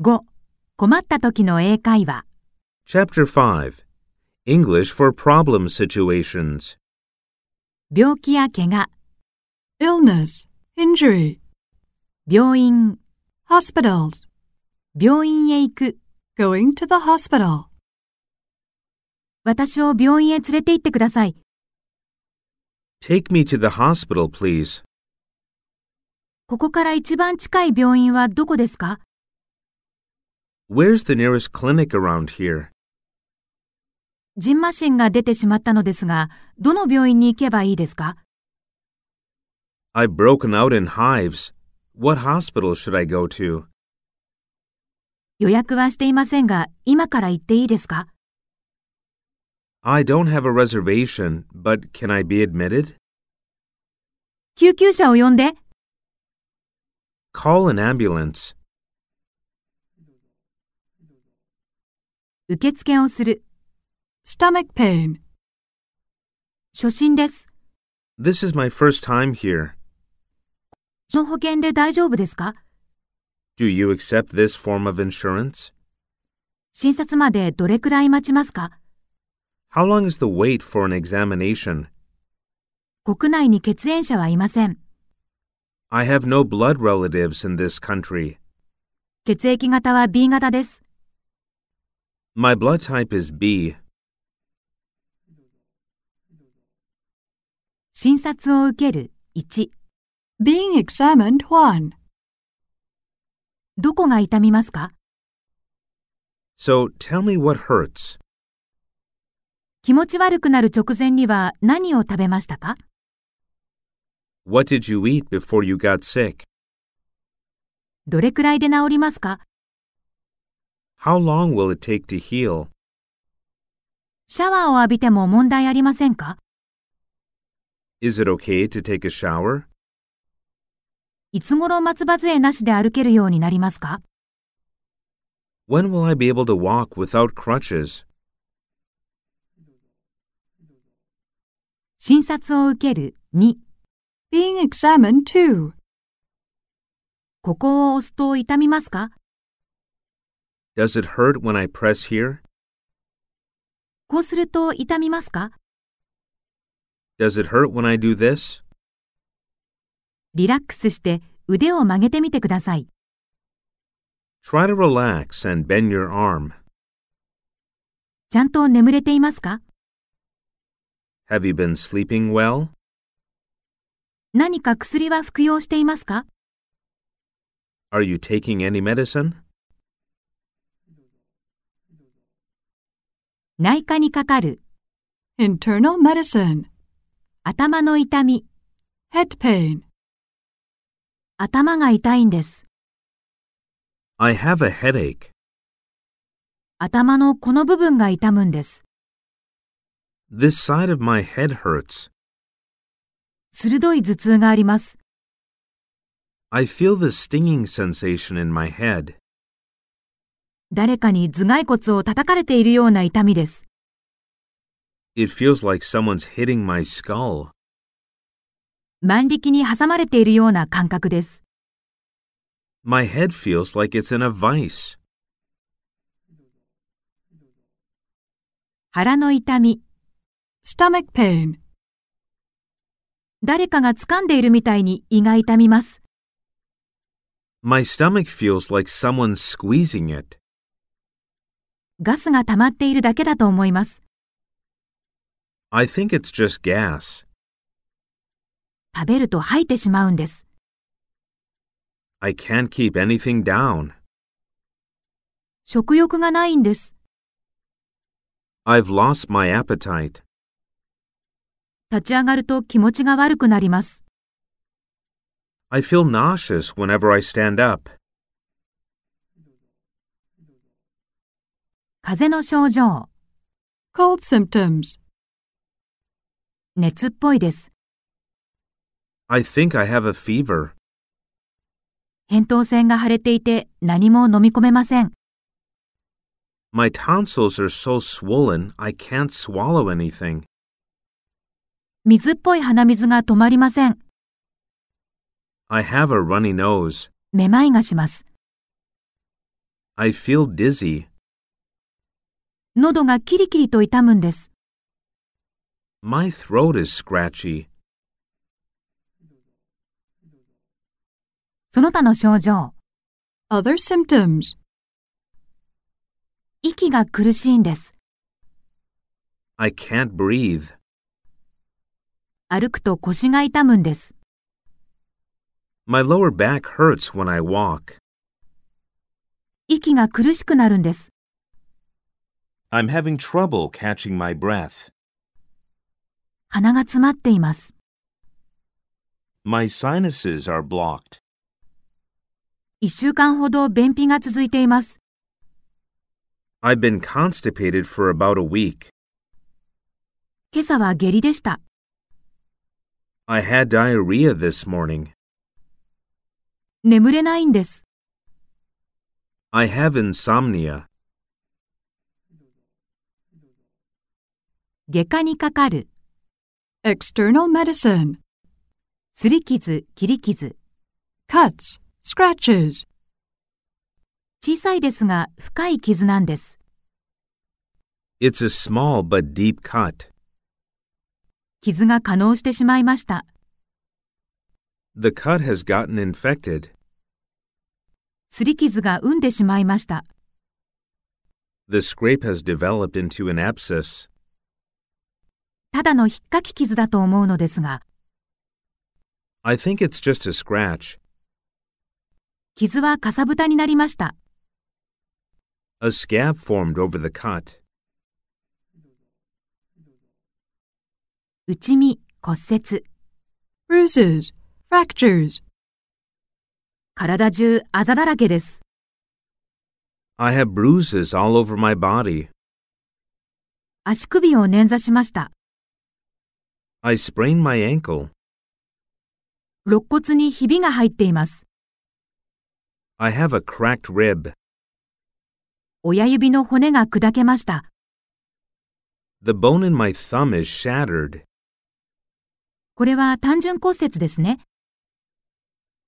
5. 困った時の英会話。 Chapter 5 English for Problem Situations. 病気や怪我、 illness, injury, 病院、 hospitals, 病院へ行く。 going to the hospital, 私を病院へ連れて行ってください。 Take me to the hospital, please. ここから一番近い病院はどこですか Where's the nearest clinic around here? ジンマシンが出てしまったのですが、どの病院に行けばいいですか I've broken out in hives. What hospital should I go to? 予約はしていませんが、今から行っていいですか I don't have a reservation, but can I be admitted? 救急車を呼んで。 Call an ambulance. 受付をする。 stomach pain, 初診です。 This is my first time here. その保険で大丈夫ですか Do you accept this form of insurance? 診察までどれくらい待ちますか How long is the wait for an examination? 国内に血縁者はいません。 I have no blood relatives in this country. 血液型は B 型です。 My blood type is B. 診察を受ける。1、 being examined 1, どこが痛みますか So tell me what hurts. 気持ち悪くなる直前には何を食べましたか What did you eat before you got sick? どれくらいで治りますか How long will it take to heal? シャワーを浴びても問題ありませんか Is it okay to take a shower? いつ頃松葉杖なしで歩けるようになりますか When will I be able to walk without crutches? 診察を受ける。2、 being examined 2, ここを押すと痛みますか Does it hurt when I press here? こうすると痛みますか Does it hurt when I do this? リラックスして腕を曲げてみてください。 Try to relax and bend your arm. ちゃんと眠れていますか Have you been sleeping well? 何か薬は服用していますか Are you taking any medicine? 内科にかかる。 internal medicine, 頭の痛み。 head pain, 頭が痛いんです。 I have a headache. 頭のこの部分が痛むんです。 This side of my head hurts. 鋭い頭痛があります。 I feel the stinging sensation in my head. 誰かに頭蓋骨を叩かれているような痛みです。 It feels like someone's hitting my skull. 万力に挟まれているような感覚です。 My head feels like it's in a vice. 腹の痛み。 stomach pain, 誰かが掴んでいるみたいに胃が痛みます。 My stomach feels like someone's squeezing it. ガスが溜まっているだけだと思います。 I think it's just gas. 食べると吐いてしまうんです。 I can't keep anything down. 食欲がないんです。 I've lost my appetite. 立ち上がると気持ちが悪くなります。 I feel nauseous whenever I stand up. 風邪の症状。 cold symptoms, 熱っぽいです。 I think I have a fever. 扁桃腺が腫れていて何も飲み込めません。 My tonsils are so swollen I can't swallow anything. 水っぽい鼻水が止まりません。 I have a runny nose. めまいがします。 I feel dizzy. 喉がキリキリと痛むんです。 My throat is scratchy. その他の症状、 Other symptoms 息が苦しいんです。 I can't breathe. 歩くと腰が痛むんです。 My lower back hurts when I walk. 息が苦しくなるんです。 I'm having trouble catching my breath. 鼻が詰まっています。 My sinuses are blocked. 一週間ほど便秘が続いています。 I've been constipated for about a week. 今朝は下痢でした。 I had diarrhea this morning. 眠れないんです。 I have insomnia. 外科にかかる、 External medicine すり傷、切り傷。 Cuts Scratches 小さいですが深い傷なんです。 It's a small but deep cut. 傷が可能してしまいました。 The cut has gotten infected. すり傷が産んでしまいました。 The scrape has developed into an abscess. ただの引っかき傷だと思うのですが、 I think it's just a scratch. 傷はかさぶたになりました。 A scab formed over the cut. 内身、骨折。 Bruises Fractures 体中あざだらけです。 I have bruises all over my body. 足首を捻挫しました。 I sprained my ankle. 肋骨にひびが入っています。 I have a cracked rib. 親指の骨が砕けました。 The bone in my thumb is shattered. これは単純骨折ですね。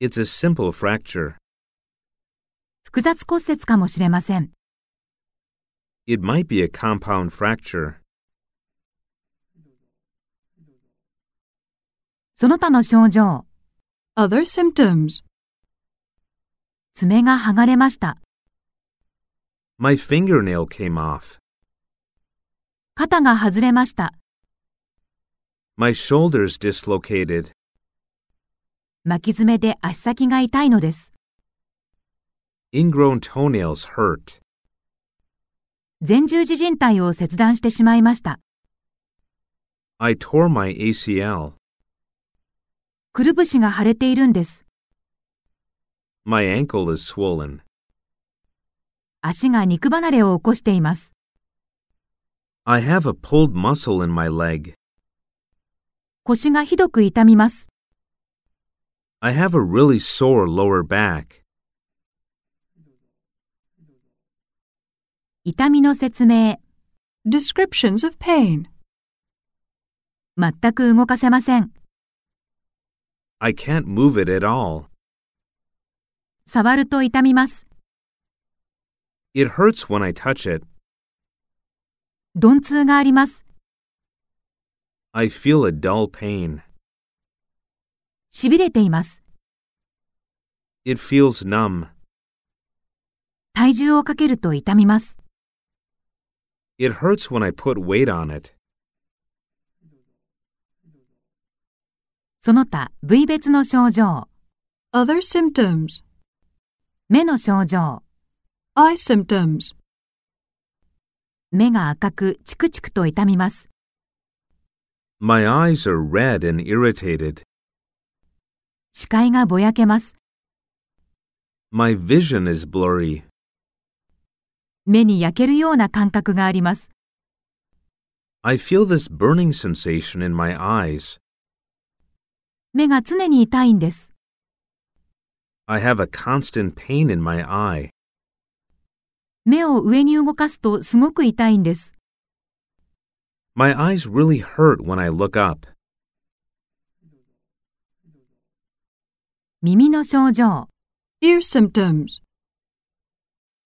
It's a simple fracture. 複雑骨折かもしれません。 It might be a compound fracture. その他の症状、 Other symptoms 爪が剥がれました。 My fingernail came off. 肩が外れました。 My shoulder's dislocated. 巻き爪で足先が痛いのです。 Ingrown toenails hurt. 前十字靭帯を切断してしまいました。 I tore my ACL. くるぶしが腫れているんです。 My ankle is swollen. 足が肉離れを起こしています。 I have a pulled muscle in my leg. 腰がひどく痛みます。 I have a really sore lower back. 痛みの説明、 Descriptions of pain 全く動かせません。 I can't move it at all. 触ると痛みます。 It hurts when I touch it. 鈍痛があります。 I feel a dull pain. 痺れています。 It feels numb. 体重をかけると痛みます。 It hurts when I put weight on it. その他、部位別の症状、 Other symptoms 目の症状、 Eye symptoms 目が赤くチクチクと痛みます。 My eyes are red and irritated. 視界がぼやけます。 My vision is blurry. 目に焼けるような感覚があります。 I feel this burning sensation in my eyes. 目が常に痛いんです。 I have a constant pain in my eye. 目を上に動かすとすごく痛いんです。 My eyes really hurt when I look up. 耳の症状、 Ear symptoms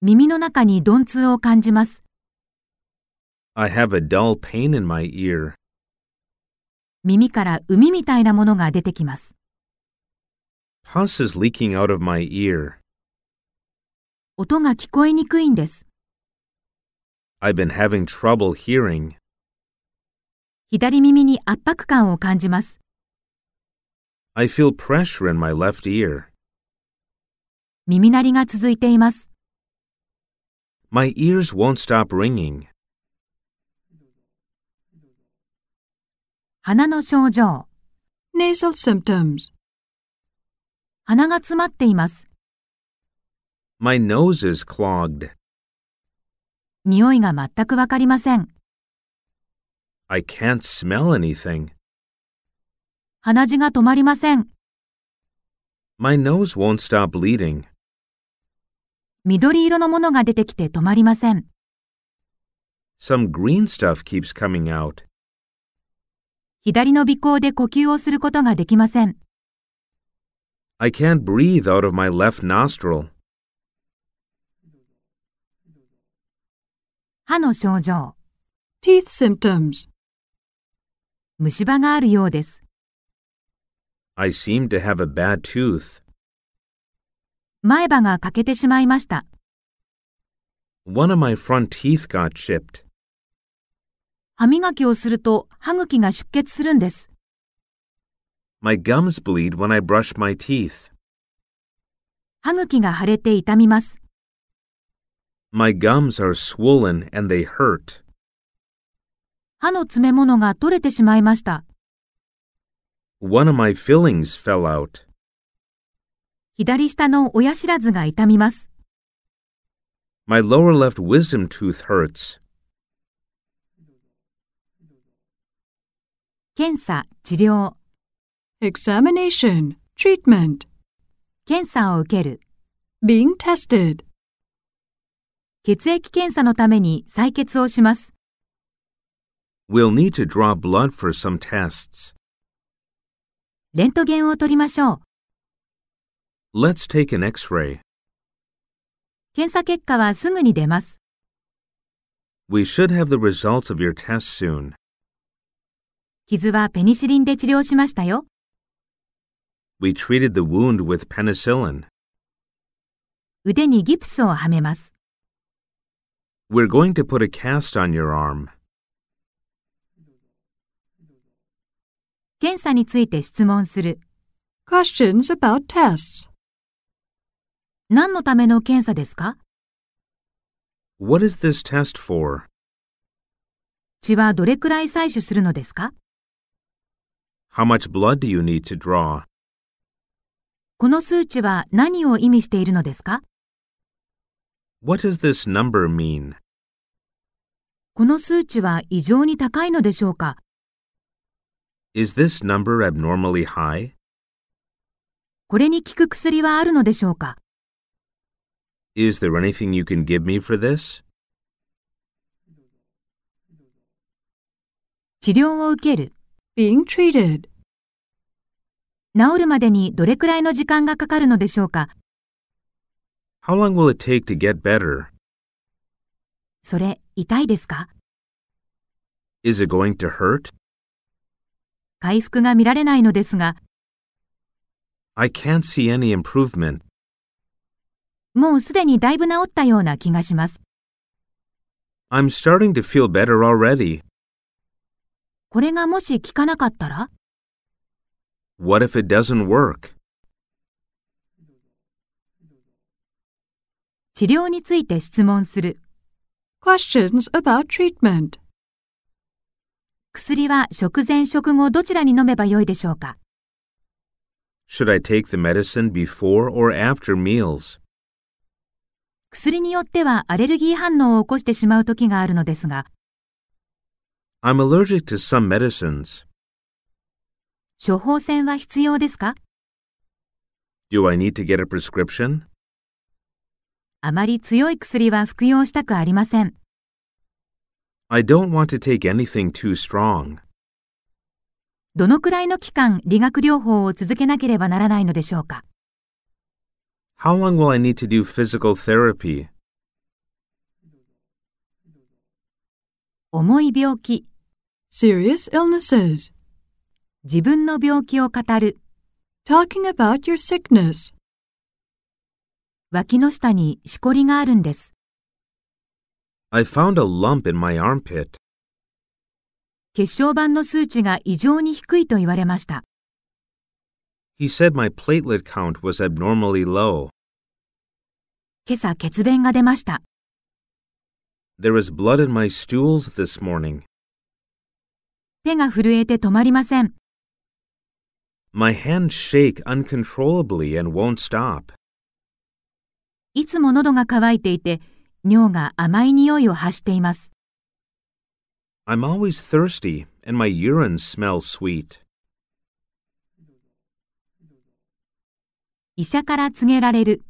耳の中に鈍痛を感じます。 I have a dull pain in my ear. 耳から海みたいなものが出てきます。 Pus is leaking out of my ear. 音が聞こえにくいんです。 I've been having trouble hearing. 左耳に圧迫感を感じます。 I feel pressure in my left ear. 耳鳴りが続いています。 My ears won't stop ringing. 鼻の症状。 nasal symptoms, 鼻が詰まっています。 My nose is clogged. 匂いが全くわかりません。 I can't smell anything. 鼻血が止まりません。 My nose won't stop bleeding. 緑色のものが出てきて止まりません。 Some green stuff keeps coming out. 左の鼻孔で呼吸をすることができません。 I can't breathe out of my left nostril. 歯の症状。 teeth symptoms, 虫歯があるようです。 I seem to have a bad tooth. 前歯が欠けてしまいました。 One of my front teeth got chipped. 歯磨きをすると歯茎が出血するんです。 My gums bleed when I brush my teeth. 歯茎が腫れて痛みます。 My gums are swollen and they hurt. 歯の詰め物が取れてしまいました。 One of my fillings fell out. 左下の親知らずが痛みます。 My lower left wisdom tooth hurts. 検査、治療、 examination, treatment, 検査を受ける。 being tested, 血液検査のために採血をします。 We'll need to draw blood for some tests. レントゲンを取りましょう。 Let's take an x ray. 検査結果はすぐに出ます。 We should have the results of your test soon. 傷はペニシリンで治療しましたよ。 We treated the wound with penicillin. 腕にギプスをはめます。 We're going to put a cast on your arm. 検査について質問する。 questions about tests, 何のための検査ですか What is this test for? 血はどれくらい採取するのですか How much blood do you need to draw? この数値は何を意味しているのですか What does this number mean? この数値は異常に高いのでしょうか Is this number abnormally high? これに効く薬はあるのでしょうか Is there anything you can give me for this? 治療を受ける。 being treated, 治るまでにどれくらいの時間がかかるのでしょうか How long will it take to get better? それ、痛いですか Is it going to hurt? 回復が見られないのですが、 I can't see any improvement. もうすでにだいぶ治ったような気がします。 I'm starting to feel better already. これがもし効かなかったら What if it doesn't work? 治療について質問する。 questions about treatment, 薬は食前食後どちらに飲めばよいでしょうか Should I take the medicine before or after meals? 薬によってはアレルギー反応を起こしてしまう時があるのですが、 I'm allergic to some medicines. 処方箋は必要ですか Do I need to get a prescription? あまり強い薬は服用したくありません。 I don't want to take anything too strong. どのくらいの期間理学療法を続けなければならないのでしょうか How long will I need to do physical therapy? 重い病気、 serious illnesses, 自分の病気を語る、 talking about your sickness, 脇の下にしこりがあるんです。 I found a lump in my armpit. 血小板の数値が異常に低いと言われました。 He said my platelet count was abnormally low. 今朝血便が出ました。 There is blood in my stools this morning. 手が震えて止まりません。 My hands shake uncontrollably and won't stop. いつも喉が渇いていて、尿が甘い匂いを発しています。 I'm always thirsty and my urine smells sweet. 医者から告げられる、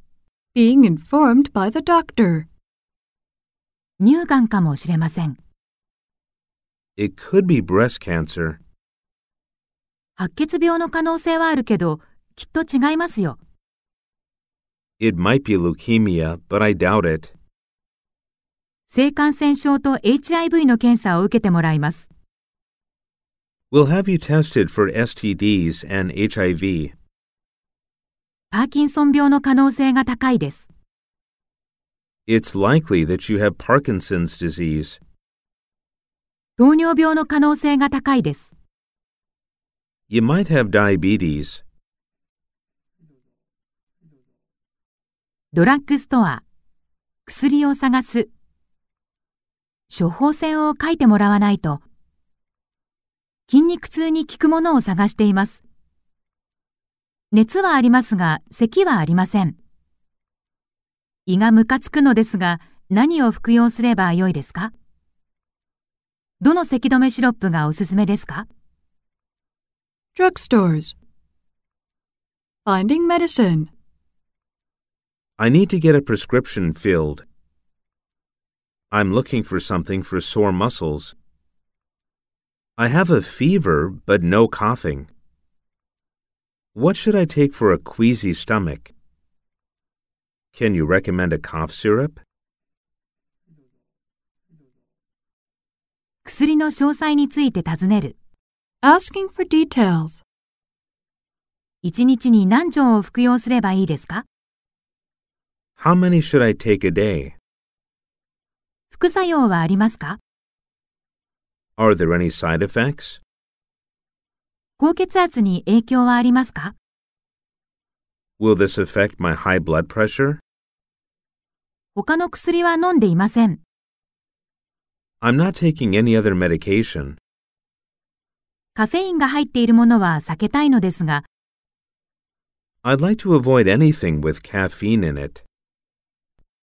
being informed by the doctor, 乳がんかもしれません。 It could be breast cancer. 白血病の可能性はあるけど、きっと違いますよ。 It might be leukemia, but I doubt it. 性感染症と HIV の検査を受けてもらいます。 We'll have you tested for STDs and HIV. パーキンソン病の可能性が高いです。 It's likely that you have Parkinson's disease. 糖尿病の可能性が高いです。 You might have diabetes. ドラッグストア、薬を探す。処方箋を書いてもらわないと。筋肉痛に効くものを探しています。熱はありますが、咳はありません。胃がムカつくのですが、何を服用すればよいですかどの咳止めシロップがおすすめですか drugstores, finding medicine, I need to get a prescription filled. I'm looking for something for sore muscles. I have a fever, but no coughing. What should I take for a queasy stomach? Can you recommend a cough syrup? 薬の詳細について尋ねる。 asking for details, 1日に何錠を服用すればいいですか How many should I take a day? 副作用はありますか Are there any side effects? 高血圧に影響はありますか Will this affect my high blood pressure? 他の薬は飲んでいません。 I'm not taking any other medication. カフェインが入っているものは避けたいのですが、 I'd like to avoid anything with caffeine in it.